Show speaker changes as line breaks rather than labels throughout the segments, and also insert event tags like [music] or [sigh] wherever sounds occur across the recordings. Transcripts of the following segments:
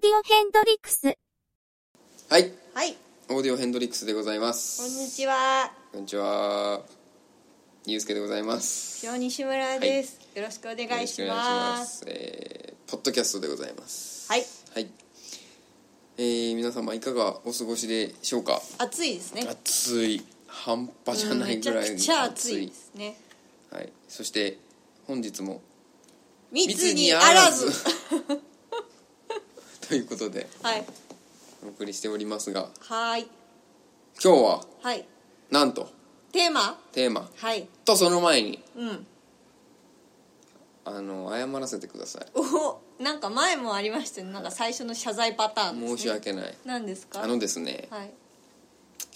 リックス。
はい
はい、
オーディオヘンドリックスでございます
こんにちは。
こんにちはゆうすけでございます
今日西村です、よろしくお願いし
よろく
ます。
えーポッドキャストでございます
はい、
はいえー、皆様いかがお過ごしでしょうか
暑いですね。
暑い半端じゃない
めち
ぐ
ゃ
らい
くちゃ暑いですね。
はい、そして本日も
密にあらず。
ということで
はい、
お送りしておりますが
はーい、
今日は
はい。
なんと
テーマ、
テーマ
はい、
とその前に
うん。
あの謝らせてくださ
お、なんか前もありましたね。なんか最初の謝罪パターン
い
です、ね。
申し訳ない
なんですか。
あのですね
はい、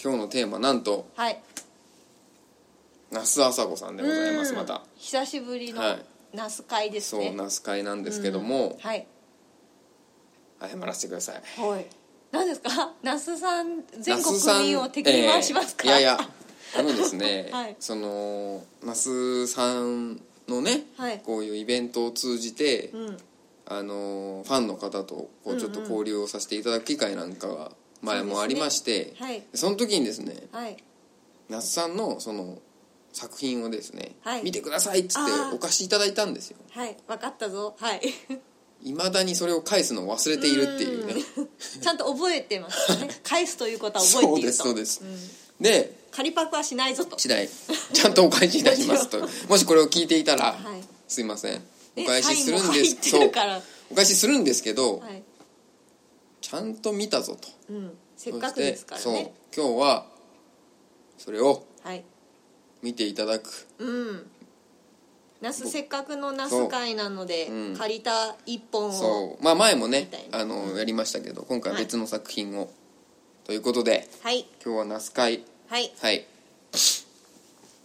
今日のテーマなんと
はい。
那須あさこさんでございます
うん
また
久しぶりの
はい
ナス会です
そう
ね。
那須会なんですけども
はい、
謝らせてください
はい。なんですか。那須さん全
那須さん
国民を敵に回しますか。
えーいやいやあのですね、
[laughs] はい
その那須さんのね、
はい
こういうイベントを通じて、
うん。
あのファンの方とこうちょっと交流をさせていただく機会なんかが前もありまして
そうですねはい
その時にですね
はい。
那須さんのその作品をですね、
はい
見てくださいっつって
あー
お貸しいただいたんですよ
はい、分かったぞ。はい。 [laughs]
いまだにそれを返すのを忘れているっていうね [laughs]
ちゃんと覚えてますね。返すということは覚
そ
え
う
てい
で
る
すそう
と。
です、で
仮パクはしないぞと。
次第 [laughs] ちゃんとお返しいたしますともしこれを聞いていたら、
はい
すいませんお
ね
返しするんです
サインも入って
そう
るから。
お返しするんですけど、
はい。
ちゃんと見たぞと
うん。せっかくですから
そして
ね。
そう今日はそれを
はい。
見ていただく
うん。ナスせっかくのナス会なので、
うん
借りた一本を。
そうまあ前もね
みたいな
あのやりましたけど今回は別の作品を、ということで
はい。
今日は那須会
はい。
はい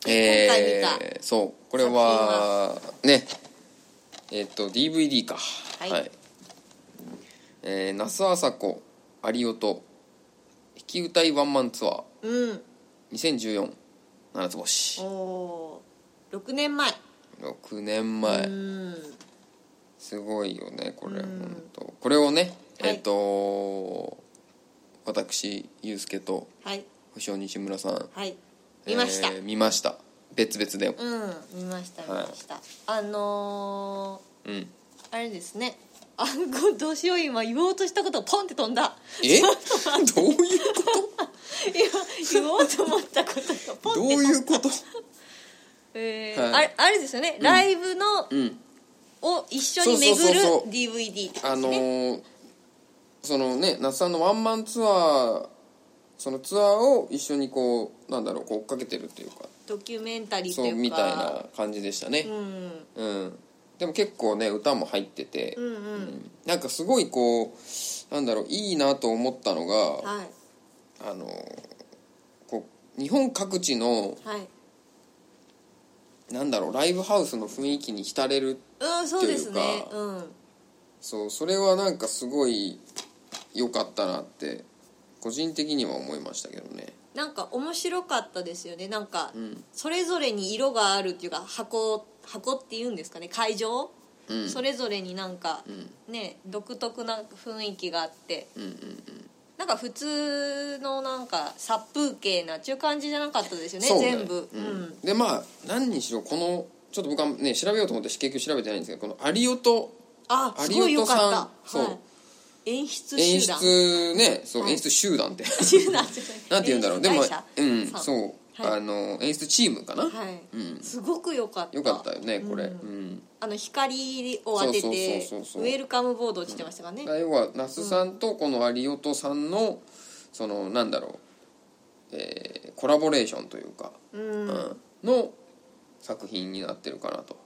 今回見た
えー、そうこれはねえっと DVD か
はい
えー、那須あさこ有夫と弾き歌いワンマンツアー
うん。
2014七つ星
おー六年前。
6年前、
うん。
すごいよねこれ、本当これをね、
はい
えっ、と私ゆうすけと
はい。
星尾西村さん
はい。見ました。
えー見ました別々で
うん。見ました。見
はい
ました。あのー。
うん
あれですねあごどうしよう今言おうとしたことがポンって飛んだ [laughs]
えどういう
今言おうと思ったことがポン
ど
っ
う
て飛んだ
いうこと
えー
は
あ
い
れあれですよね、ライブの、
うん
を一緒に巡る
そうそうそうそう
DVD ってこと
あ
ですね
のーそのね那須さんのワンマンツアーそのツアーを一緒にこうなんだろうこう追っかけてるっていうか
ドキュメンタリー
そ
と
う
い
み
うか
たいな感じでしたね、
うん、
うん、でも結構ね歌も入ってて、
うんうん
なんかすごいこうなんだろういいなと思ったのが
はい
あのこう日本各地の
はい
なんだろうライブハウスの雰囲気に浸れる
うんそうですね
といううんそうそれはなんかすごい良かったなって個人的には思いましたけどね
なんか面白かったですよねなんか、
ん
それぞれに色があるっていうか箱箱っていうんですかね会場、
うん
それぞれになんか、
ん
ね独特な雰囲気があって
うんうん
なんか普通のなんか殺風景なっていう感じじゃなかったですよね
そうね
全部、
う
うんん
でまあ何にしろこのちょっと僕はね調べようと思って結局調べてないんですけどこの有夫
あ
有
すごいよ
音
か
さん
った、
そう
はい、演出
演
集団
出ねそう、
はい
演出集
[laughs]
団って
集団じゃ
なんて言うんだろうで
演
も
出会社
うん
さん
そう、
はい
あの演出チームかな、
はい、
うん
すごく良かった
よかったよねこれ、う
うん
ん
あの光を当てて
そうそうそうそうそう
ウェルカムボード落ちてましたからね、
だから要は那須さんとこの有音さんのそのなんだろう、えーコラボレーションというか、
うん
うんの作品になってるかなと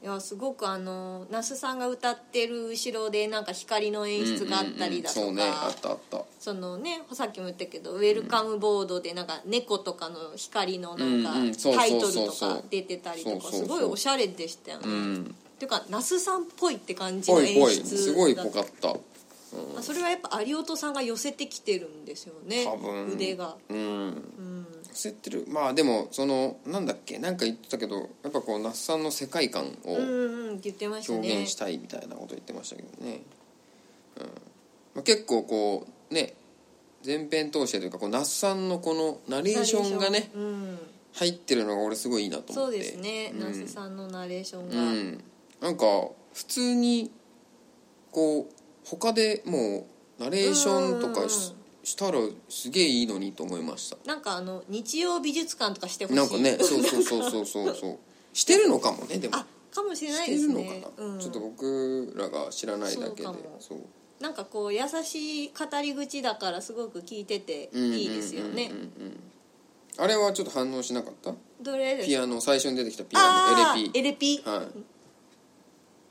いやすごくあの那須さんが歌ってる後ろでなんか光の演出があったりだとか、
うんうんうんそうねあったあった
そのねさっきも言ったけどウェルカムボードでなんか猫とかの光のな
うんうん
ん
そうそうそうそう
かタイトルとか出てたりと
そ
か
うそうそ
す
う
ごいおしゃれでしたよね、
うん
ていうか那須さんっぽいって感じの
ぽいぽい
演出
すごい
だ
ぽかった
まあそれはやっぱ有音さんが寄せてきてるんですよね
多分
腕が
うん
うん
焦ってるまあでもそのなんだっけなんか言ってたけどやっぱこう那須さんの世界観を、
うんうん言ってましたね
表現したいみたいなこと言ってましたけどね、うんまあ、結構こうね前編通してというかこう那須さんのこのナレーションがね
うん、
入ってるのが俺すごいいいなと
そ
思っ
う
て
ですね、
うん
那須さんのナレーション
う
が、
ん、なんか普通にこう他でもうナレーションとかし
うん
したらすげえいいのにと思いました
なんかあの日曜美術館とかしてほしい
なんか
[laughs]
ねそうそうそうそうそうそうしてるのかもねでも
あかもしれ
し
ない
て
で
る
す
の
ね
かな、
うん、
ちょっと僕らが知らないだけで
そうかも
そう
なんかこう優しい語り口だからすごく聞いてて
うんうんうんうん
いいですよね、
あれはちょっと反応しなかった
どれです
ピアノ最初に出てきたピア
あ
ノ
ー
LP
エレピ
はい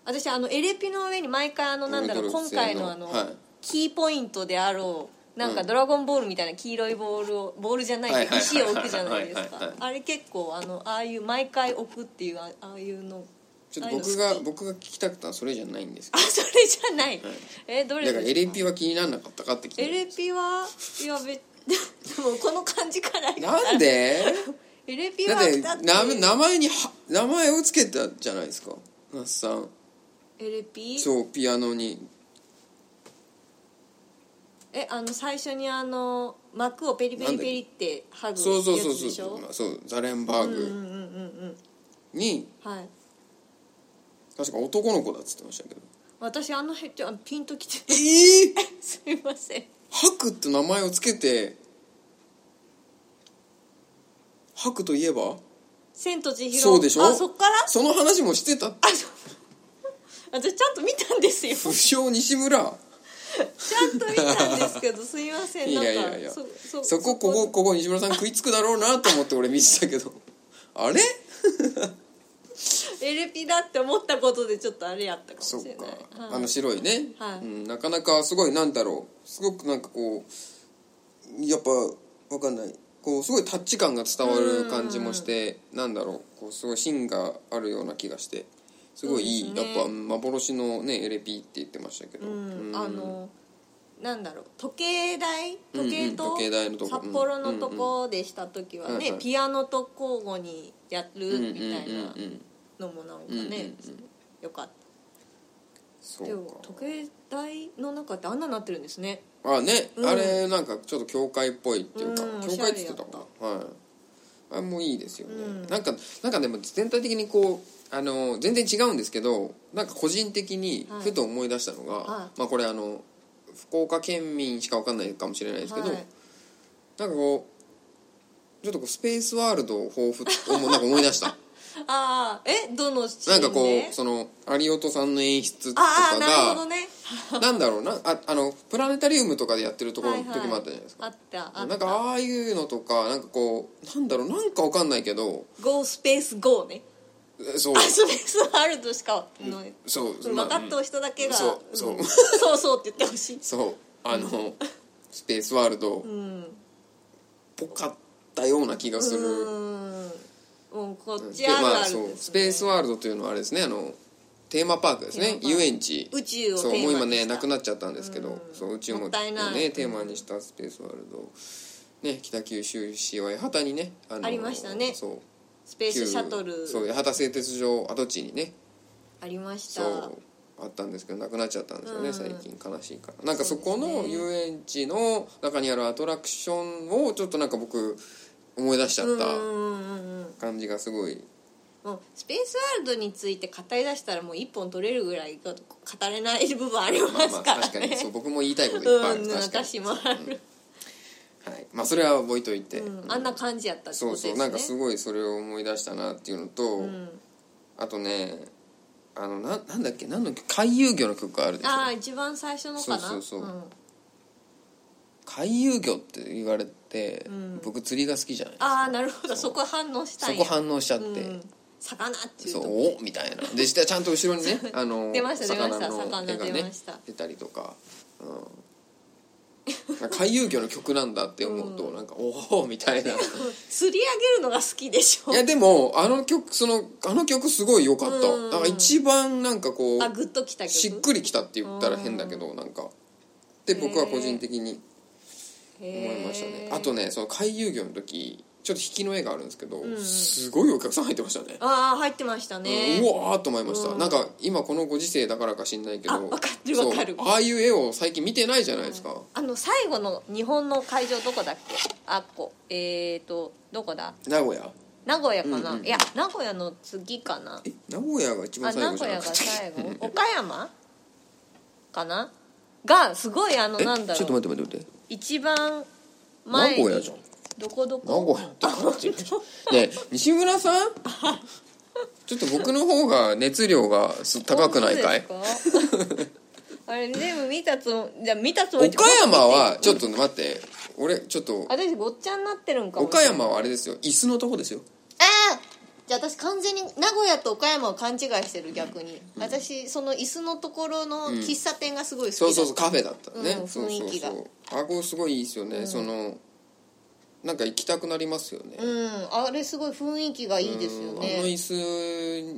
私あのエレピの上に毎回あのなんだろう
ウルトラ
今
製
回のあの、
はい
キーポイントであろうなん
う
か
ん
ドラゴンボールみたいな黄色いボールをボールじゃな
はいい
け
はい
ど
はいは
石
い
を置くじゃないです
はいはい
か
はい
あれ結構あのああいう毎回置くっていうあああいうの
ちょっ
ああ
と
いうの好
僕
き
が僕が聞きたかったのはそれじゃないんです
あそれじゃない、えど
け
れ
どだ
です
から LP は気にならなかったかって聞いた
LP はいやべ [laughs] でもこの感じから言ったら
なんで
LP
だ
は
って
だって
な名前には名前をつけたじゃないですか那須さん
LP
そうピアノに
えあの最初にあの膜をペリペリペリって剥ぐ
そうそう
や
そう
つでし
そ
ょ
うまあそうザレンバー
うんう
グ
んうん
に
うんはい
確か男の子だっつってましたけど
私あの辺ってあピンときて
ええー、
すいません
ハクって名前をつけてハクといえば
「千と千尋」
そうでしょ
あそっから
その話もしてた
あそう私ちゃんと見たんですよ
不詳西村
ちゃんと見たんですけどすいません
い
なん
や
か
いやいや
そそ
そこここここ西村さん食いつくだろうなと思って俺見てたけどあれ
LP だって思ったことでちょっとあれやったかもし
そう
れ
か
ない、はい
あの白いね、
はい
うん、なかなかすごいなんだろうすごくなんかこうやっぱわかんないこうすごいタッチ感が伝わる感じもしてなんだろうこうすごい芯があるような気がしてすごいいい、
そうです
や
ね
っぱうん幻のね LP って言ってましたけど、
うん
うん
あのなんだろう時計台時
う
計
んうん
と
時計台のとこ
札幌のとこでした時は
はい
ね
はい
ピアノと交互にや
うん
るみたい
うんう
な
んうん
のもなんか
うんうん
ね
うん
よかっ
そ
たでも
うか
時計台の中ってあんなになってるんですね
あね、
うん
あれなんかちょっと教会っぽいっていうか、
うん
教会って言ってた
おし
か
ゃ
なはいあれもいいですよね、
うん
なんかなんかでも全体的にこうあの全然違うんですけどなんか個人的に
はい
ふと思い出したのが、
は
まあこれあの福岡県民しかわかんないかもしれないですけど、
はい
なんかこうちょっとこうスペースワールドを彷彿
[laughs]
をもなんか思い出した
ああえどのシ
な
ー
ん
ンで
かこうその有音さんの演出とか
ああなるほど
が、
ね
なんだろうなああのプラネタリウムとかでやってるところの時もあったじゃないですか、
あったあ
な
っ
んか
た
ああいうのとかなんかこうなんだろうなんかわかんないけど
ゴースペースゴーね
えそう
あスペースワールドしかの
そう
分
まあ
かった人だけが
そう
うん
そう
そうそうって言ってほしい
そうあのスペースワールドっ
うん
ぽかったような気がする、
うーんもうこっち
で
ある
ま
あ
あ
る
そう
です
ス
ね
ペースワールドというのはあれですねあのテーマパークです
テー
ね
マパーク
遊園地
宇宙を
そう
テーマ
もう今
に
ね
した
なくなっちゃったんですけど、
うん
そう宇宙も
もったいない
ねテーマにしたスペースワールド、ね、北九州市は八幡にねあ
ありましたね
そう
スペースシャトル
旧そう八幡製鉄所跡地にね
ありました
そうあったんですけどなくなっちゃったんですよね、
うん
最近悲しいからなんかそこ
そう
の
ですね
遊園地の中にあるアトラクションをちょっとなんか僕思い出しちゃ
う
っ
んう
た
んうんうん
感じがす
[laughs]
ごい
もうスペースワールドについて語り出したらもう一本取れるぐらい語れない部分ありま
まあますあ
からね、
確かにそう僕も言いたいこといっぱいある
うん
確かに
私もある、
はい、まあそれは置いといて、
うん、あんな感じやったってこ
そ
と
う
ですね
そうなんかすごいそれを思い出したなっていうのと、
うん、
あとねあのななんだっけ何の曲海遊魚の曲あるでしょ
ああ一番最初のかな
そうそうそうん海遊魚って言われて、
うん
僕釣りが好きじゃない
ああなるほどそこ反応した
そ
んや
こ反応しちゃって、
うん、魚っていう
そ
とこ
うおみたいなでしたちゃんと後ろにねあの
[laughs] 出ました出ました
魚の絵が
魚出
ね
ました
出たりとか、うん、海遊魚の曲なんだって思うと、なんかおおみたい
[laughs]
ない
釣り上げるのが好きでしょ
やでもあの曲そのあの曲すごい良かった、
うん
なんか一番なんかこ
あ
う
グッときた曲
しっくりきたって言ったら変だけど、なんかって僕は個人的に思いましたね、あとねその海遊魚の時ちょっと引きの絵があるんですけど、
ん
すごいお客さん入ってましたね
ああ入ってましたね、
うんうわーっと思いました、
うん
なんか今このご時世だからか知んないけど
あわかってるわかる
そうああいう絵を最近見てないじゃないですか、
あの最後の日本の会場どこだっけあっこえーとどこだ
名古屋
名古屋かな、
うんうん
いや名古屋の次かな
え名古屋が一番
あ
最
名
後じゃな
古屋
か
が
った
最後
[laughs]
岡山かながすごいあの
え
なんだ
ちょっと
ろう
待って待って待って
一番
名
前に
古屋じゃん
どこど
名
こ
古屋ってねえ西村さ
[laughs]
んちょっと僕の方が熱量がす高くないかい
本当ですか [laughs] あれ全部見たつもじゃあ見たつもりって
岡山はちょっと待って俺ちょっと
私ごっちゃになってるんかも
岡山はあれですよ椅子のとこですよ
ああじゃあ私完全に名古屋と岡山を勘違いしてる逆に、私その椅子のところの喫茶店がすごい好きだ
そうそうそうカフェだったね、
うん
そうそう
雰囲気が
そうあこすごいいいですよね、そのなんか行きたくなりますよね、
うんあれすごい雰囲気がいいですよ
あの
ね
椅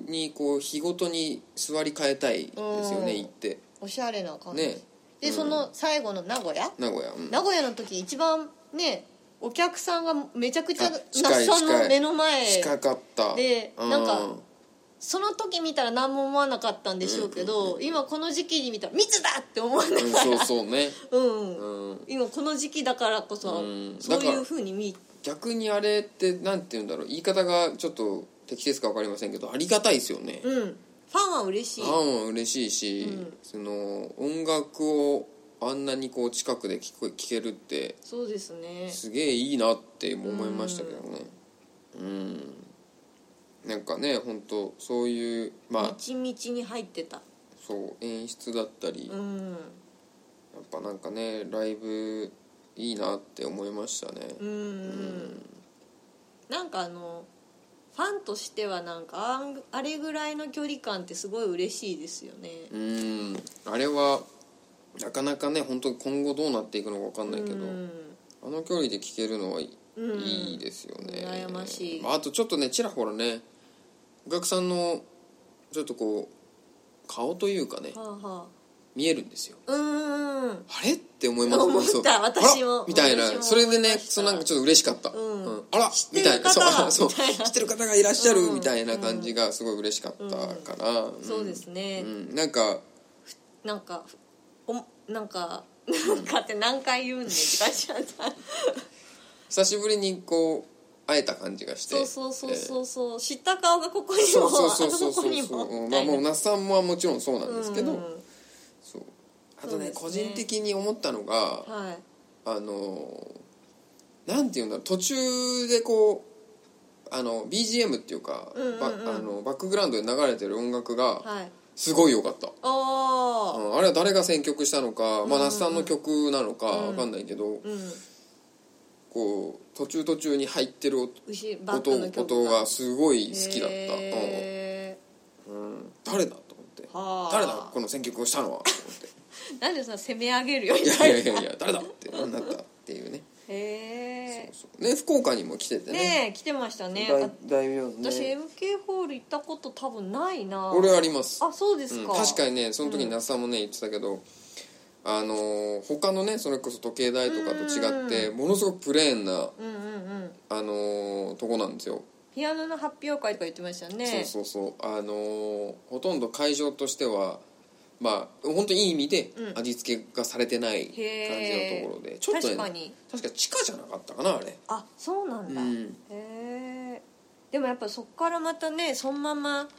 子にこう日ごとに座り変えたいですよね、
うん
行って
おしゃれな感じ、
ね
でその最後の名古屋
名古屋、うん
名古屋の時一番ねお客さんがめちゃくちゃ
あ
那
近い
須さん
近
の
い
目の前
近かった
で
う
なんかその時見たら何も思わなかったんでしょうけど、今この時期に見たら密だって思わな
う
い
ん、そうそうね、
うん、
うん、
今この時期だからこそ、
うん
そう
だ
い
から
うふうに見
逆にあれってなんて言うんだろう言い方がちょっと適切か分かりませんけどありがたいですよね、
うんファンは嬉しい
ファンも嬉しいし、
うん
その音楽をあんなにこう近くで聞こえ聞けるって
そうですね
すげえいいなって思いましたけどねうんなんかね本当そういうまあ
一日に入ってた
そう演出だったり、
う
やっ
ん
ぱなんかねライブいいなって思いましたね、
うん、うん、なんかあのファンとしてはなんかあんあれぐらいの距離感ってすごい嬉しいですよね
うんあれはなかなかね本当今後どうなっていくのか分かんないけど、
うん
あの距離で聞けるのはいい,、
うん
ですよね
羨ましい
まあ、あとちょっとねちらほらねお客さんのちょっとこう顔というかね
はあは
見えるんですよ
あうんうん
あれって思います
思った
そう
私
あ
も
らみたい
私
な
も
それで
思い
ね
ました
そうなんかちょっと嬉しかった、
ん
あら
知って
み
る
たいな
方 [laughs] が
そうそう
みたいな
知ってる方がいらっしゃる
うん
みたいな感じがすごい嬉しかったかな、ん
そうですね、
うん、なんか
なんかおなんかなんかって何回言うんねんって感じなんだ
久しぶりにこう会えた感じがして
そうそうそう
えー
そうそう、知った顔がここに
そ
も
うそうそう
あ
そう
そ
そ
こに
うそ
も
う、うん
み
ま
た
あ、
い
もう
な
那須さんももちろんそうなんですけど、
うん
そうあとね
そうですね
個人的に思ったのが
はい
あのーなんていうんだろう途中でこうあの BGM っていうか、
うんうんうん
ばあのバックグラウンドで流れてる音楽が
はい
すごい良かった、
ああ
うんあれは誰が選曲したのか、まあ、那須さんの曲なのかわかんないけど、
うん
こう途中途中に入ってる音
牛バックの
音
曲
音がすごい好きだった、うん
へ
誰だと思って
はあ
誰だこの選曲をしたのはと思って
ーなんでそんな攻め上げるように
い
な
やいやい
[laughs]
やいや誰だってなったっていうね
へえ
そうそうね福岡にも来ててね
ねえ来てましたねあ
大名の
私 MK ホール行ったこと多分ないな
俺あります
あそうです
うん
か
確かにねその時に那須さんもね言ってたけどあのー他のねそれこそ時計台とかと違ってものすごくプレーンな
うんうんうん
あのーとこなんですよ
ピアノの発表会とか言ってましたね
そうそうそうあのーほとんど会場としてはまあ本当にいい意味で
うん
味付けがされてない感じ
へー
のところでちょっとね
確かに
確か地下じゃなかったかなあれ
あそうなんだ、
うん
へえでもやっぱそこからまたねそのまま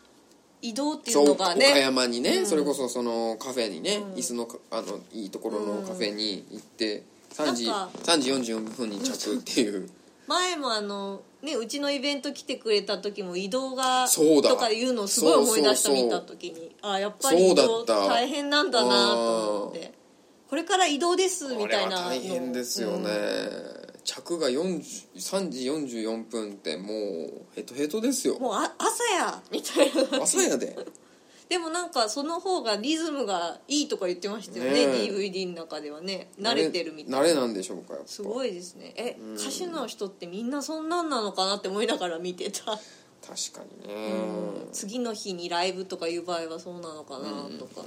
移動ってい
そうう
のが
岡
ね
山にね、
うん
それこそそのカフェにね、
うん
椅子のかあのいいところのカフェに行って3時
なんか
3時44分に着っていう
前もあのねうちのイベント来てくれた時も移動が
そうだ
とかいうのをすごい思い出した
そうそうそう
見た時にあやっぱり移
そう
動
だった
大変なんだなと思ってこれから移動です
こ
み
れ
た
はい
なの
大変ですよね、着が40 3時44分ってもうヘトヘトです
うん
よ
もうあ朝やみたいな
朝やで
でもなんかその方がリズムがいいとか言ってましたよね
ねえ
DVD の中ではね [laughs] 慣れてるみたいな
慣れなんでしょうかやっぱ
すごいですねえ、歌手の人ってみんなそんなんなのかなって思いながら見てた、
確かにね、
次の日にライブとかいう場合はそうなのかなとか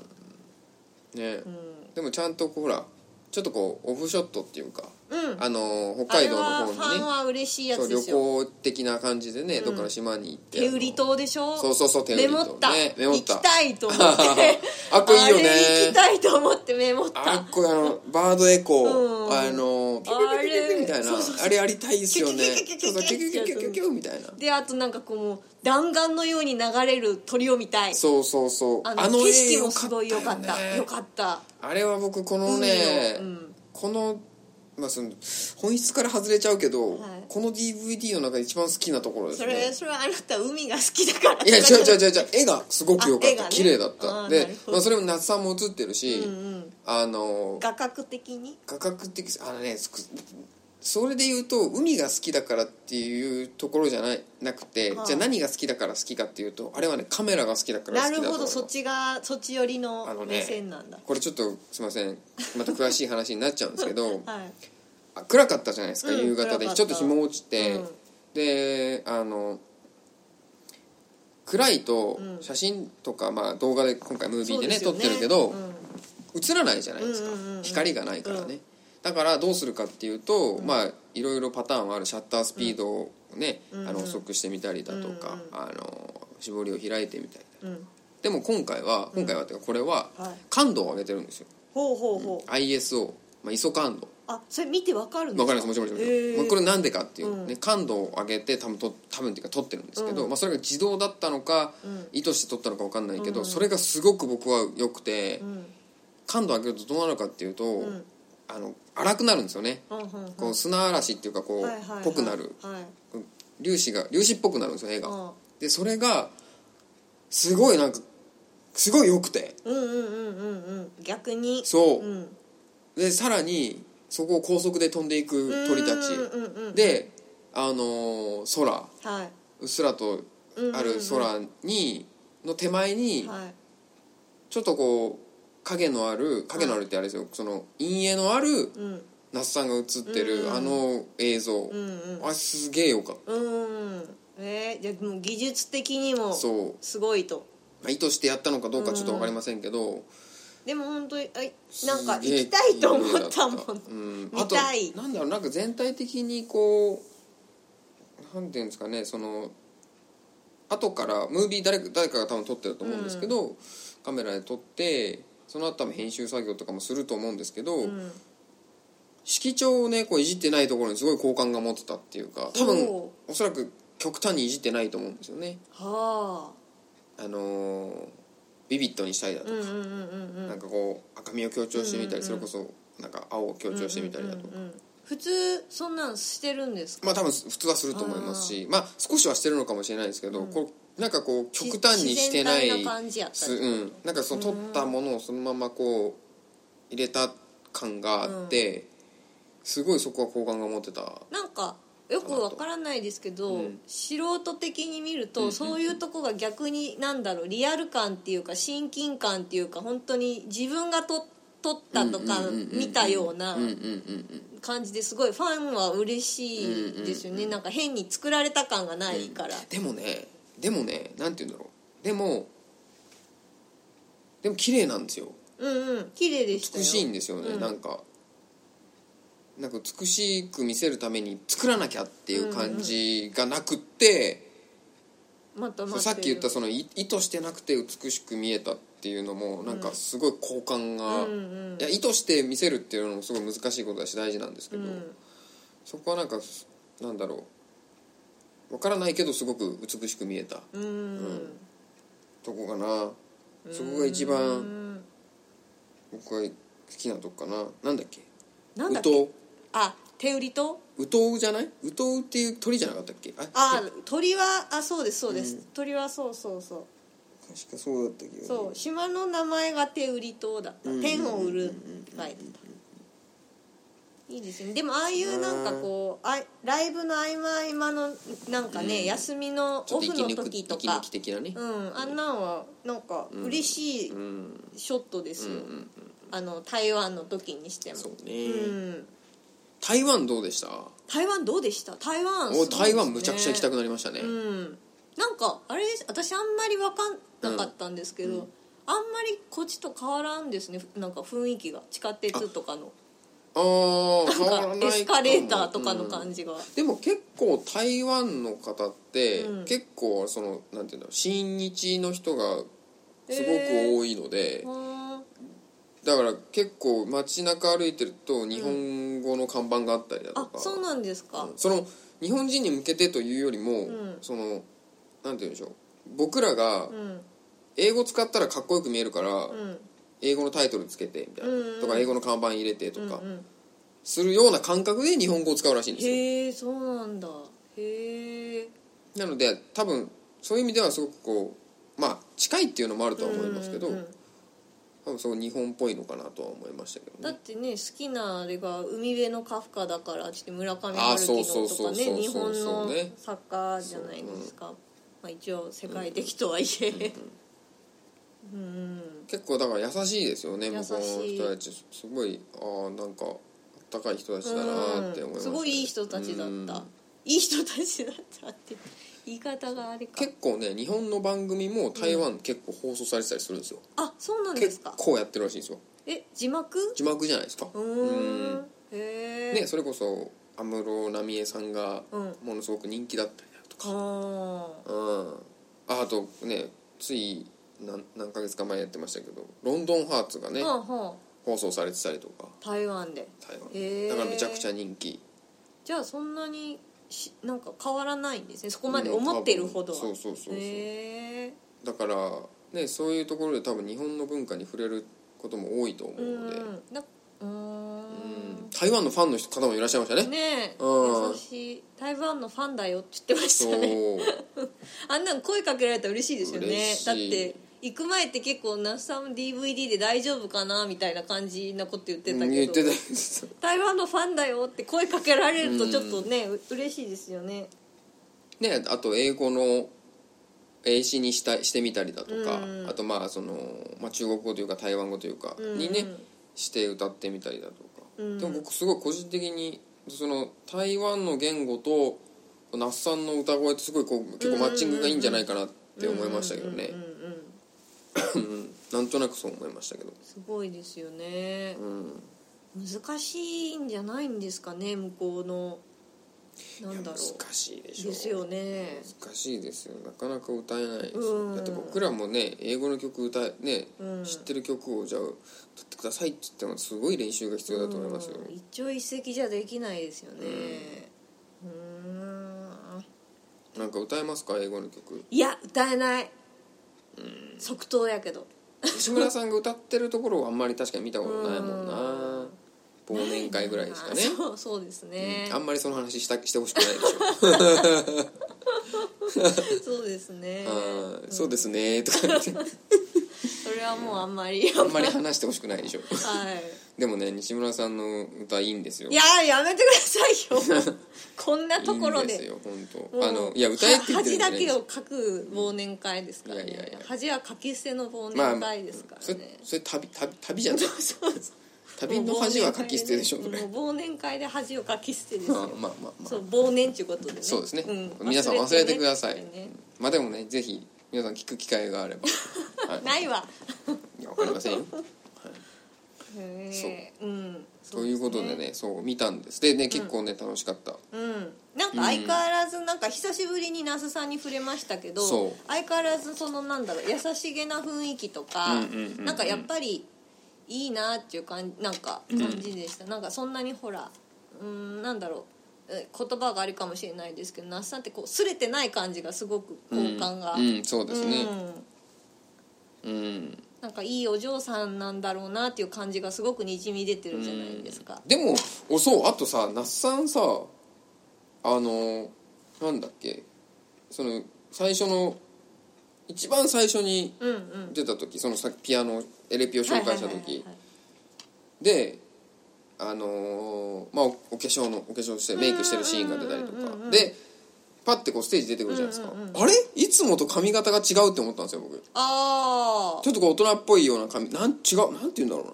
ね、
うん
でもちゃんとこうほらちょっとこうオフショットっていうか、
うん
あの北海道
あ
の
れはファン
方
は嬉しいや
にねそう
つ
旅
ですよ
行的な感じでね、どっかの島に行って
手売り島でしょ
そうそうそう手売り
メモ
島
った,、
ねメモ
行
った
きたいと思って
[laughs] あっこいいよね
あれ行きたいと思ってメモった
あっこあのバードエコー、
うん
あのピ
あ
ュ
れ
ピュピュピュピュみたいな
そうそう
あれやりたいですよね
キュキュキ
そ
ュ
うそう
キ
キ
ュ
ュ
キ
キ
ュ
ュキ
キュ
ュキュキュキ
キュキュキュ
ュみたいな
であとなんかこうもう弾丸のように流れる鳥を見たい
そうそうそう
あの景色も
絵
すごい良かった
ね
良かった
あれは僕この
海
ね
の、うん
この,、まあ、その本質から外れちゃうけど、
はい
この DVD の中で一番好きなところです
そ
ね
れそれはあなた海が好きだから
いや違う違う
う
違う違う絵がすごく良か
あ
っ
絵が
た
ね
綺麗だっ
あ
た
ーな
で
る、ほど
まあ、それも夏さんも映ってるし、
んうん
あの
画角的に
画角的あのねそそれで言うと海が好きだからっていうところじゃないなくて、
はい
じゃあ何が好きだから好きかっていうとあれはねカメラが好きだから好
な
きだ
る
と思
ほ
う
どそっちがそっち寄り
あ
の
のね
目線なんだ、
これちょっとすいませんまた詳しい話になっちゃうんですけど [laughs]
はい
あ暗かったじゃないですか、
うん
夕方
暗
で
かった
ちょっと日も落ちて、
うん
であの暗いと
うん
写真とか、まあ、動画で今回ムービ
そ
ー
う
でね
す
撮
よ
ってるけど、
うん
映らないじゃないですか、
うんうんうんうん
光がないからね、
うん
だからどうするかっていうと、まあいろいろパターンはあるシャッタースピードをね、
ん
あの遅くしてみたりだとか、
うん
あの絞りを開いてみたり
うん
でも今回は今回はっていうかこれは
はい
感度を上げてるんですよ、
ほうほうほう、
ISO、まあ、ISO 感度
あそれ見てわかるんで
わ
す
かり
か
ますもちろんもちろん、
へー
まあこれなんでかっていう、
うん
ね、感度を上げて多分と多分っていうか撮ってるんですけど、
うん
まあ、それが自動だったのか、
うん
意図して撮ったのか分かんないけど、
うん
それがすごく僕は良くて、
うん
感度上げるとどうなるかっていうと、
ん
あの荒くなるんですよね、
うんうんうん
こう砂嵐っていうかこう、
はいはいはい
ぽくなる
はい
粒子が粒子っぽくなるんですよ絵が、
うん
でそれがすごいなんかすごい良くて
うんうんうんうんうん逆に
そうう、
ん
でさらにそこを高速で飛んでいく鳥たち、
うんうんうん
であのー空
はいう
っすらとある空にの手前に
はい
ちょっとこう影のある影のあるってあれですよその陰影のある
うん
那須さんが映って
うんう
る
ん
あの映像
うんうん
あすげえよかっ
うんえー、じゃあもう技術的にも
たそう
すごいと
まあ意図してやったのかどうかちょっと分かりませんけど
でも本当にあいなんか
すげえ
行きたいと思ったも
綺麗だっ
ん
たうん
見たい
あとなんだろうなんか全体的にこうなんていうんですかねその後からムービー誰か誰かが多分撮ってると思うんですけど、カメラで撮ってその後多分編集作業とかもすると思うんですけど、
うん
色調をねこういじってないところにすごい好感が持ってたっていうか多分
おう
おそらく極端にいじってないと思うんですよね。
はあ
あのービビッドにしたいだとか
うんうんうんうんうん
なんかこう赤みを強調してみたり、
うん
それこそなんか青を強調してみたりだとか、
うんうんうん普通そんなんしてるんですか
まあ多分普通はすると思いますしまあ少しはしてるのかもしれないですけど、こうなんかこう極端にしてない
自然体な感じやった
す
り
うん、なんかその取ったものをそのままこう入れた感があって、すごいそこは好感が持ってた
なんかよくわからないですけど、
うん
素人的に見ると、
うんうんうん
そういうとこが逆になんだろうリアル感っていうか親近感っていうか本当に自分がと撮ったとか
うんうんうんうん
見たような
うんうんうん
感じですごいファンは嬉しいですよね、なんか変に作られた感がないから、
でもねでもねなんて言うんだろうでもでも綺麗なんですよ
うんうん綺麗でしたよ
美しいんですよね、
うん
なんかなんか美しく見せるために作らなきゃっていう感じがなくって、
またま
そうさっき言ったそのい意図してなくて美しく見えたっていうのもなんかすごい好感が、
うんうん
いや意図して見せるっていうのもすごい難しいことだし大事なんですけ
う
ど、
ん
そこはなんかなんだろうわからないけどすごく美しく見えた
うん、うん
とこかなそこが一番僕が好きなとこかななんだっけ
なんだっ
ウ
け
トウ
あ手売りと
ウトウじゃないウトウっていう鳥じゃなかったっけあ
あ
確
鳥はあそうですそうです、鳥はそうそうそう
かそうだったけど
そう島の名前が手売り島だった
うん
天を売るって書いてたいいですねでもああいうなんかこうあいライブの合間合間のなんかね、
うん
休みのオフの時と
息抜
か
き的なね
うんあんなんはなんか嬉しい
うん、うん
ショットです
うん
よ、
うん、
あの台湾の時にしても
そう
う
ね、
ん
台湾どうでした
台湾どうでした台湾
お
すごいですね
台湾むちゃくちゃ行きたくなりましたね、
うん、なんかあれです私あんまり分かんなかったんですけど、
うん
あんまりこっちと変わらんですねなんか雰囲気が地下鉄とかの
あー変わらな
な
んい
かエスカレーターとかの
じ、
感じが、
うんでも結構台湾の方って、
うん
結構そのなんていうんだろう親日の人がすごく多いので、
うん
だから結構街中歩いてると日本語の看板があったりだと
あ
か、
そうなんですか、
その日本人に向けてというよりも、
ん
そのなんて言うんでしょう僕らが
うん
英語使ったらかっこよく見えるから、
うん
英語のタイトルつけてみたいな、
うんうん
とか英語の看板入れてと
うん
か
うん
するような感覚で日本語を使うらしいんですよ
へえそうなんだへえ
なので多分そういう意味ではすごくこうまあ近いっていうのもあるとは思いますけど、
うんうん
多分そう日本っぽいのかなとは思いましたけど
だ
ね
ってね好きなあれが「海辺のカフカ」だからちょっと村上
あ
春樹
そうそう
のと
そ
か
う
ね
そう
日本
そう
の
ね
作家じゃないですか、まあ、一応世界的とはいえうん、
結構だから優しいですよね
優しい
向こうの人たちすごいああんかあったかい人たちだなーって思いましたね、
すごいいい人たちだっ
うん
たいい人たちだったって言い方があれか
結構ね日本の番組も台湾結構放送されてたりするんですよ、
あそうなんで
結
すか
構やってるらしいんですよ
え字幕
字幕じゃないですか
うーんへえ
ね、それこそ安室奈美恵さんが
うん
ものすごく人気だったりだとか、
あー
うん、ああとねつい何何ヶ月か前やってましたけど「ロンドンハーツ」がね、
はあは
放送されてたりとか
あ台湾で
台湾
へ
で
ー
だからめちゃくちゃ人気
じゃあそんなにしなんか変わらないんですねそこまで思ってるほどは、
うん多分そうそうそうそう
へえ
だから、ね、そういうところで多分日本の文化に触れることも多いと思
う
うので、うん
んだうーん
台湾のファンの人方もいらっしゃいましたね
ねえ
うん
優しい台湾のファンだよって言ってまし
そ
た
う
ねあんなん声かけられたら嬉しいですよね
嬉しい
だって行く前って結構那須さんも DVD で大丈夫かなみたいな感じなこと言ってたけど
言ってたけど
台湾のファンだよって声かけられるとちょっとね、う嬉しいですよね
ね、あと英語の英詞にしたしてみたりだとか、
うん
あとまあその、まあ、中国語というか台湾語というか
うん
にね、して歌ってみたりだとか、
うん
でも僕すごい個人的にその台湾の言語と那須さんの歌声ってすごいこう結構マッチングがいいんじゃないかなって思いましたけどね
うんうんうん
うんなんとなくそう思いましたけど、
すごいですよね
うん、
難しいんじゃないんですかね向こうのなんだろう
難しいでしょ
ですよね
難しいですよなかなか歌えないです
うん
だって僕らもね英語の曲歌えね、
うん
知ってる曲をじゃあ歌ってくださいって言ってもすごい練習が必要だと思いますよ、
うん一朝一夕じゃできないですよねうーん
なんか歌えますか英語の曲
いや歌えない即答やけど
西村さんが歌ってるところをあんまり確かに見たことないもんな
うん
忘年会ぐらいですかね
あーそうそうですね
あんまりその話したしてほしくないでし
そうですね
ょあーそうですねとか言って
それはもうあんまり
あんまり話してほしくないでしょ
はい
でもね西村さんの歌いいんですよ
いやーやめてくださ
[laughs]
いよこんなところ
いいんです
で
よ本
もう
当あのいや歌えって言ってるんじ
恥
ゃ
だ
ないんです
け
よ
を書く忘年会ですからね、
いやいやいや
恥は書き捨ての忘
まあ
年会ですから
それ
ね、
それ旅旅旅じゃない
そうそう
旅の恥は書き捨てでしょそれ
もう忘年会で恥を書き捨てで
[laughs]
す
まあま
よ
あまあま
そう
あ
忘年っていうことでね
そうですね
ん
皆さん忘れてください
忘れてね
まあでもねぜひ皆さん聞く機会があ
[laughs]
ればはい
ないわ
いやわかりませ
[laughs]
んよ
へえうんそ
ということでねそう見たんですでね結構ね楽しかった
うんなんか相変わらずなんか久しぶりに那須さんに触れましたけど
そう
相変わらずそのなんだろう優しげな雰囲気とか
うんうんうんうん
なんかやっぱりいいなっていう感じなんか感じでした、なんかそんなにほらうーんなんだろうえ言葉があれかもしれないですけど那須さんってこう擦れてない感じがすごく好感が、
うんうんそうですね
う
う
ん
ん
なんかいいお嬢さんなんだろうなっていう感じがすごくにじみ出てるじゃないですか、
でもおそうあとさ那須さんさあのなんだっけその最初の一番最初に
うん、うん
出た時そのさピアノエレピを紹介した
はいはい
時
はいはい
であのーまあおお化粧のお化粧してメイクしてるシーンが出たりと
うんうんうんうんう
か
ん
でパッてこうステージ出てくるじゃないですか、
うんうんうん
あれいつもと髪型が違うって思ったんですよ僕
ああ
ちょっとこう大人っぽいような髪なん違うなんて言うんだろうな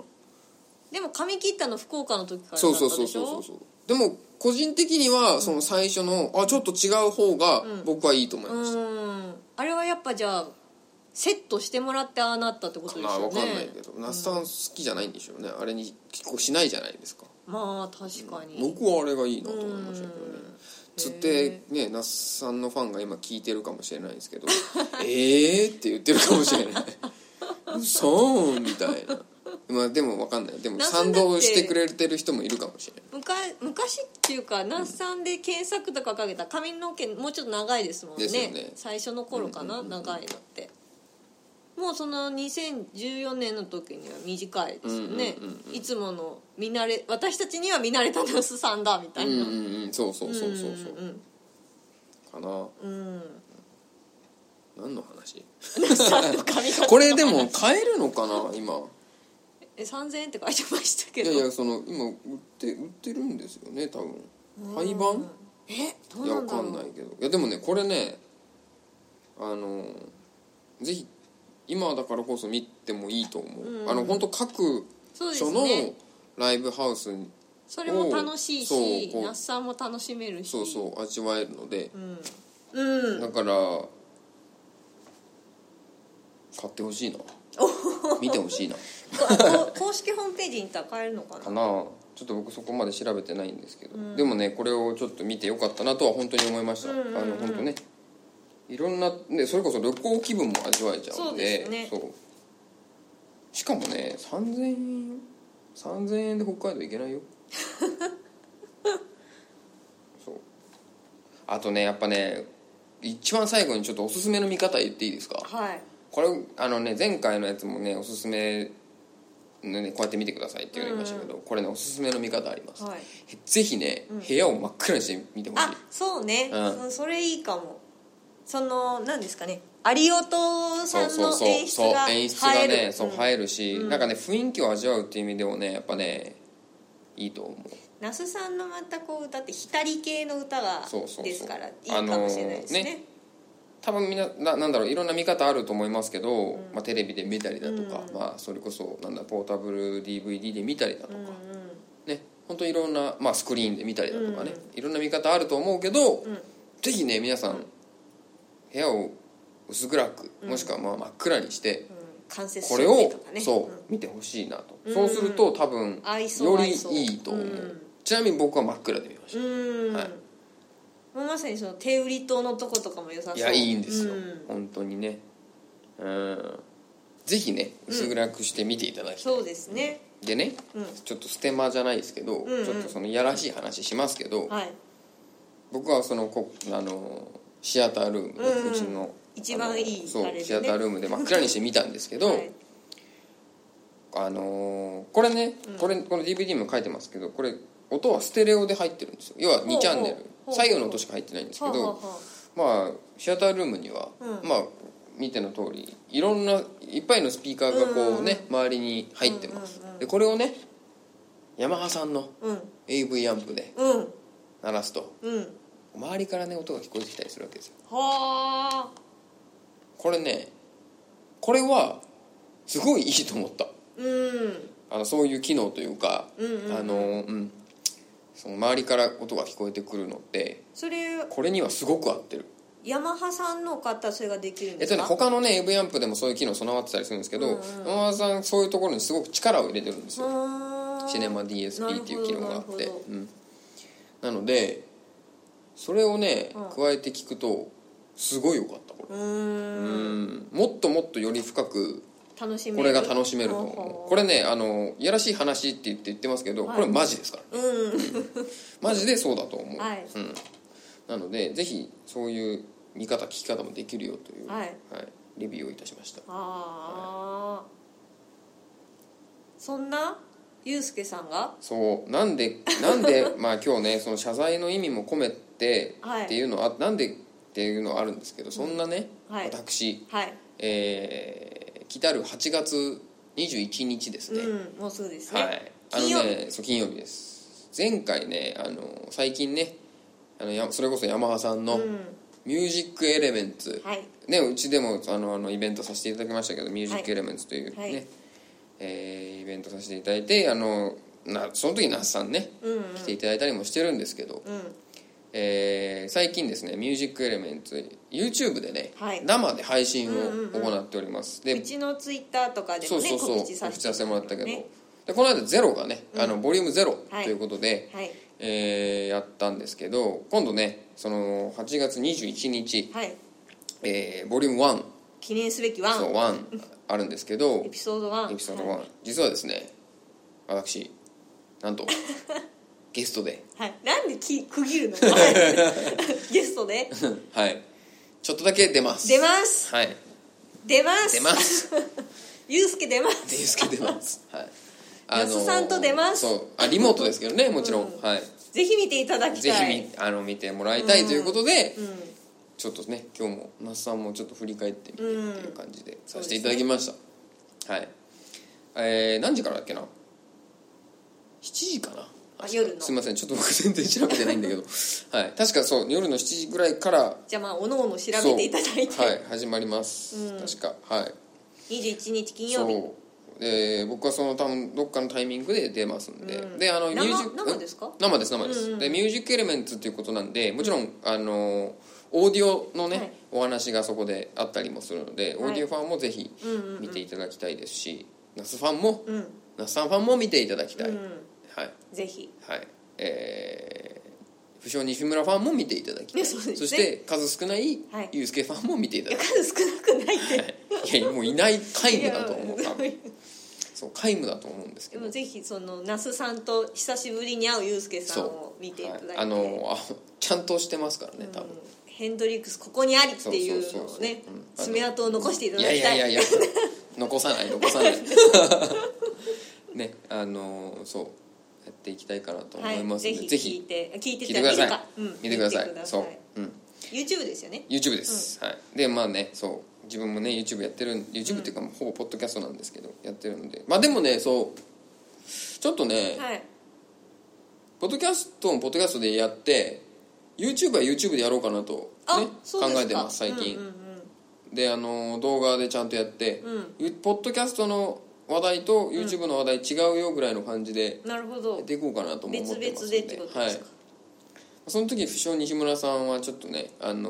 でも髪切ったの福岡の時からだ
そう
った
そ
で
うそう
し
そうそ
ょ
うそうでも個人的にはその最初の、あちょっと違う方が僕はいいと思いました、
うんあれはやっぱじゃあセットしてもらってああなったってことです
まあ
よね
わかんないけど那須さん好きじゃないんでしょうねあれに結構しないじゃないですか
まあ確かに、
僕はあれがいいなと思いましたけどね
うん
つってね那須さんのファンが今聞いてるかもしれないですけど [laughs] 「ええー」って言ってるかもしれない [laughs] 「そう」みたいなまあでも分かんないでも
那須さ
賛
んだって
同してくれてる人もいるかもしれ
むか昔っていうか那須さんで検索とかかけたら髪の毛もうちょっと長いですもんね
ですよね
最初の頃かな、
うんうんうんうん
長いのってもうその2014年の時には短いですよね、
うんうんうんうん
いつもの見慣れ私たちには見慣れた那須さんだみた
ないいうん
な、
うんうんそうそうそうそうそう
うん
かな
うんうん
何の
[laughs]
話
那須さんの髪型
これでも買えるのかな今
え3000円って書いてました
い
けど
やいやその今売って売ってるんですよね多分
うん
廃盤
えどう
いや
な
わ
んだ
か
ろうん
ないけどいやでもねこれねあのぜひ今だからこそ見てもいいと思う、
うん
あの本当各
そうです
所の
ね
ライブハウスに
それも楽しい
そう
し
こう
那須さんも楽しめるし
そうそう味わえるので、
うんうん [laughs]
だから買ってほ
[laughs]
しいな見てほしいな
こ公式ホームページに行ったら買えるのかな
かなちょっと僕そこまで調べてないんですけど、でもねこれをちょっと見てよかったなとは本当に思いました、
うんうんうん
あの本当ねいろんな、ね、それこそ旅行気分も味わえちゃうんで
そうですね
そうしかもね3000円3000円で北海道行けない
[laughs]
よそうあとねやっぱね一番最後にちょっとおすすめの見方言っていいですか
はい
これあのね前回のやつもねおすすめのねこうやって見てくださいって言われましたけど、これねおすすめの見方あります、
はい
ぜひね、部屋を真っ暗にして見てほしい
あそうね、
うん
そそれいいかもその何ですかね有音さ
そうんそう
の
そう
演出
そう
が映える
演出がねそう
うん
映えるし、なんかね雰囲気を味わうっていう意味でもねやっぱねいいと思う
那須さんのまたこう歌って左系の歌が
そうそうそう
ですからいいかもしれないですね,、
あのーね多分みんなななんだろういろんな見方あると思いますけど、まあ、テレビで見たりだとか、まあ、それこそなんだポータブル DVD で見たりだとか、ね本当いろんな、まあ、スクリーンで見たりだとかね、いろんな見方あると思うけど、ぜひね皆さん、部屋を薄暗くもしくはまあ真っ暗にして、
うん、関節
これを
とかね
そう、見てほしいなと、そうすると多分
合いそう
よ
合
り
いそう
いいと思う、
うん
ちなみに僕は真っ暗で見ました、
うん、
はい
もうまさにその手売り塔のとことかも良さそう
いやいいんですよ、
うん
本当にねうんぜひね薄暗くして見ていただきたい、
そうですね、
でね、
うん
ちょっとステマじゃないですけど、
んうん
ちょっとそのいやらしい話しますけど、
はい
僕はそのこあのシアタールームで、
うんうん
ちの
一番いい
あのそう
あれでね
シアタールームで
[laughs]
真っ暗にして見たんですけど、
はい
あのーこれね、これこの DVD も書いてますけどこれ音はステレオで入ってるんですよ要は
ほうほ
2
う
チャンネ
ほうほ
ル
う
左右の音しか入ってないんですけ
はあはあ
ど
はあ
まあシアタールームには、
う
まあ見ての通りいろんないっぱいのスピーカーがこうね、周りに入ってます、でこれをねヤマハさんの
うん
AV アンプで
うん
鳴らすと
うん
周りからね音が聞こえてきたりするわけですよ
はあ
これねこれはすごいいいと思った
うん
あのそういう機能というか、
うんうんうん
あのうんその周りから音が聞こえてくるのって
それ
これにはすごく合ってる
ヤマハさんの方はそれができるん
え
で
っと
す
ね
か
他のね AV アンプでもそういう機能備わってたりするんですけど
うんうん
山田さんそういうところにすごく力を入れてるんですよ
うーん
シネマ DSP っていう機能があっ
な
て
るほどなるほ
うん、なのでそれをね
うん
加えて聞くとすごい良かったこ
う
れう
ーん
んもっともっとより深く
楽しめ
これが楽しめると
ほうほ
思
う
うこれねあのいやらしい話って言って言ってますけど
はい
これマジですから
うん
マジでそうだと思う、
はい
うん、なのでぜひそういう見方聞き方もできるよという、
はい
レビューをいたしました
ああそんなユうスケさんが
そうなんでなん
[laughs]
でまあ今日ねその謝罪の意味も込めて
はい
っていうのは、なんでっていうのはあるんですけどそんなね、
はい
私、
はい
えー、来たる8月21日ですね、
うんもうすぐですね
はい、あの
金曜
ねそう金曜日です前回ねあの最近ねあのやそれこそヤマハさんの
うん
「ミュージックエレメンツ」
はい
ね、うちでもあのあのイベントさせていただきましたけど「ミュージックエレメンツ」というね、
はい
えーイベントさせていただいてあのなその時那須さんね、
うんうん
来ていただいたりもしてるんですけど、
うん
えー最近ですね「ミュージックエレメンツ」YouTube でね、
はい
生で配信を行っております、
うちのツイッターとかで
そ
も
うそ
ね
うそう
告
告
知さ
知させてもらったけど、
ね
でこの間「ゼロがね、あのボリュームゼロ
はい
ということで、
はい
えーやったんですけど今度ねその8月21日、
はい
えーボリューム1
記念すべきワ
そう
ン
1あるんですけど
エピソードワン
エピソード1、
はい
実はですね私なん
[laughs]
とゲストで [laughs]
はい、なんでき区切るの [laughs] はいゲストで
はいちょっとだけ出ます
出ます
はい
出ます
出
[laughs]
ます
ゆうすけ出ま
デ
す
イスケ出ますはい
安さんと出ます
そうあリモートですけどねもちろん、
うん
はい
ぜひ見ていただき
ぜひ
た
み、
い
あの見てもらいたいということで、
うん、
ちょっとね今日も那須さんもちょっと振り返ってみてっていう感じでさせていただきました、はいえー、何時からだっけな7時かな
あ夜の
すいませんちょっと僕全然調べてないんだけ
[laughs]
どはい確かそう夜の7時ぐらいから
じゃあまあおのおの調べていただいて、
そうはい始まります、確かはい
21日金曜日
そうで僕はその多分どっかのタイミングで出ますんで、
うん
であの
生
ック
生ですか
生です生です、
うんうん
でミュージックエレメンツっていうことなんでもちろん、あのオーディオのね、
はい
お話がそこであったりもするので、
はい
オーディオファンもぜひ
うんうんうん
見ていただきたいですし、ナスファンも、
うん
ナスさんファンも見ていただきたい、
う
はい
んぜひ
はいえー、不詳西村ファンも見ていただきたい
ねそうですね
そして数少ない
はい
ユうスケファンも見ていただきたい
数少なくないって、
いやもういない皆
い
無
や
だと
[laughs]
思う多分そう皆無だと思うんですけ
で
ど
もぜひその那須さんと久しぶりに会うゆうすけさんを見ていただいて、
はいあのあちゃんとしてますからね多分、
うんヘンドリックスここにありっていう
そう
の
そうそうそ
を
う
ね
うんあの
爪痕を残していただきたい
やいやいやいや残さない残さない [laughs] ねあのそうやっていきたいかなと思い
は
ま
い、
すの
ぜ
で、
ひ
ぜ
聞い
ひ
て聞い
聞
て
いてください
見るかうん
見てくださいそう、うん、
YouTube ですよね
YouTube です、はいでまあねそう自分もね YouTube やってるん YouTube っていうか、ほぼポッドキャストなんですけどやってるのでまあでもねそうちょっとね、
はい
ポッドキャストもポッドキャストでやって YouTube は YouTube でやろうかなと、ね、
あ、そう
考
ですか
えてます最近、
うんうん
であの動画でちゃんとやって、ゆポッドキャストの話題と YouTube の話題違うよぐらいの感じで
うんなるほ
やっ
ど
ていこうかなとも思っ
別々
てますん
でってこと
は
で
い
すか、
その時不詳西村さんはちょっとねあの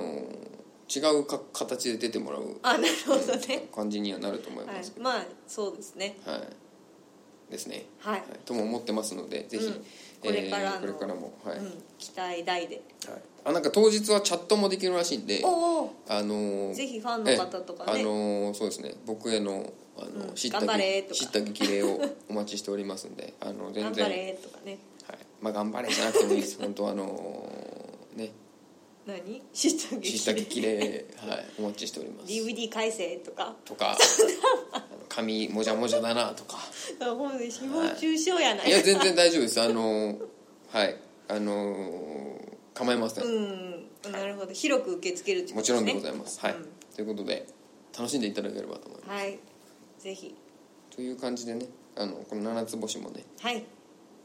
違うか形で出てもらう
あなるほどね、
感じにはなると思い
は
ます
い、まあそうですね
はい、ですね、
はい、
とも思ってますのでぜひ、
うんこれからの
これからもはい、
う
はい
ん、期待大で
あなんか当日はチャットもできるらしいんで
おお
あのー
ぜひファンの方とか
え
ね
えあのーそうですね僕へのあの、
うん
知っ
頑
た
張れ
き
と
知っ
か
た激励をお待ちしておりますんであの全
頑
然
張れとかね
はい、まあ頑張れじゃなくてもいいです本当あのーね
何知った
知った激
激
励はいお待ちしております
DVD 改正とか
とかあの髪もじゃもじゃだなと
[laughs]
か
あほんで誹謗中傷やない
いや全然大丈夫ですあのーはいあのー構いません、
うんなるほど広く受け付けるってこ
も
と
ち
ね
ろんでございます、はい、
うん
ということで楽しんでいただければと思います
はいぜひ
という感じでねあのこの七つ星もね
はい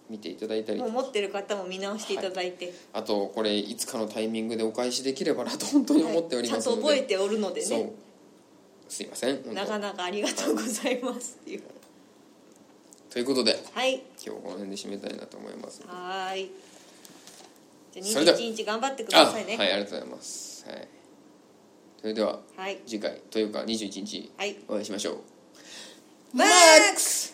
見ていただいたり
もう持ってる方も見直していただいて、
あとこれいつかのタイミングでお返しできればなと本当に思っております
ちゃん
ので、
と覚えておるので
そう
ね
すいません本当
なかなかありがとうございますっていう
ということで
はい
今日この辺で締めたいなと思います
はーいじ
そ
ゃ
れで
あ
は
21日頑張ってく
あ
ださいね
はいありがとうございます、はい、それでは
はい
次回というか21日
はい
お会いしましょう、
マックス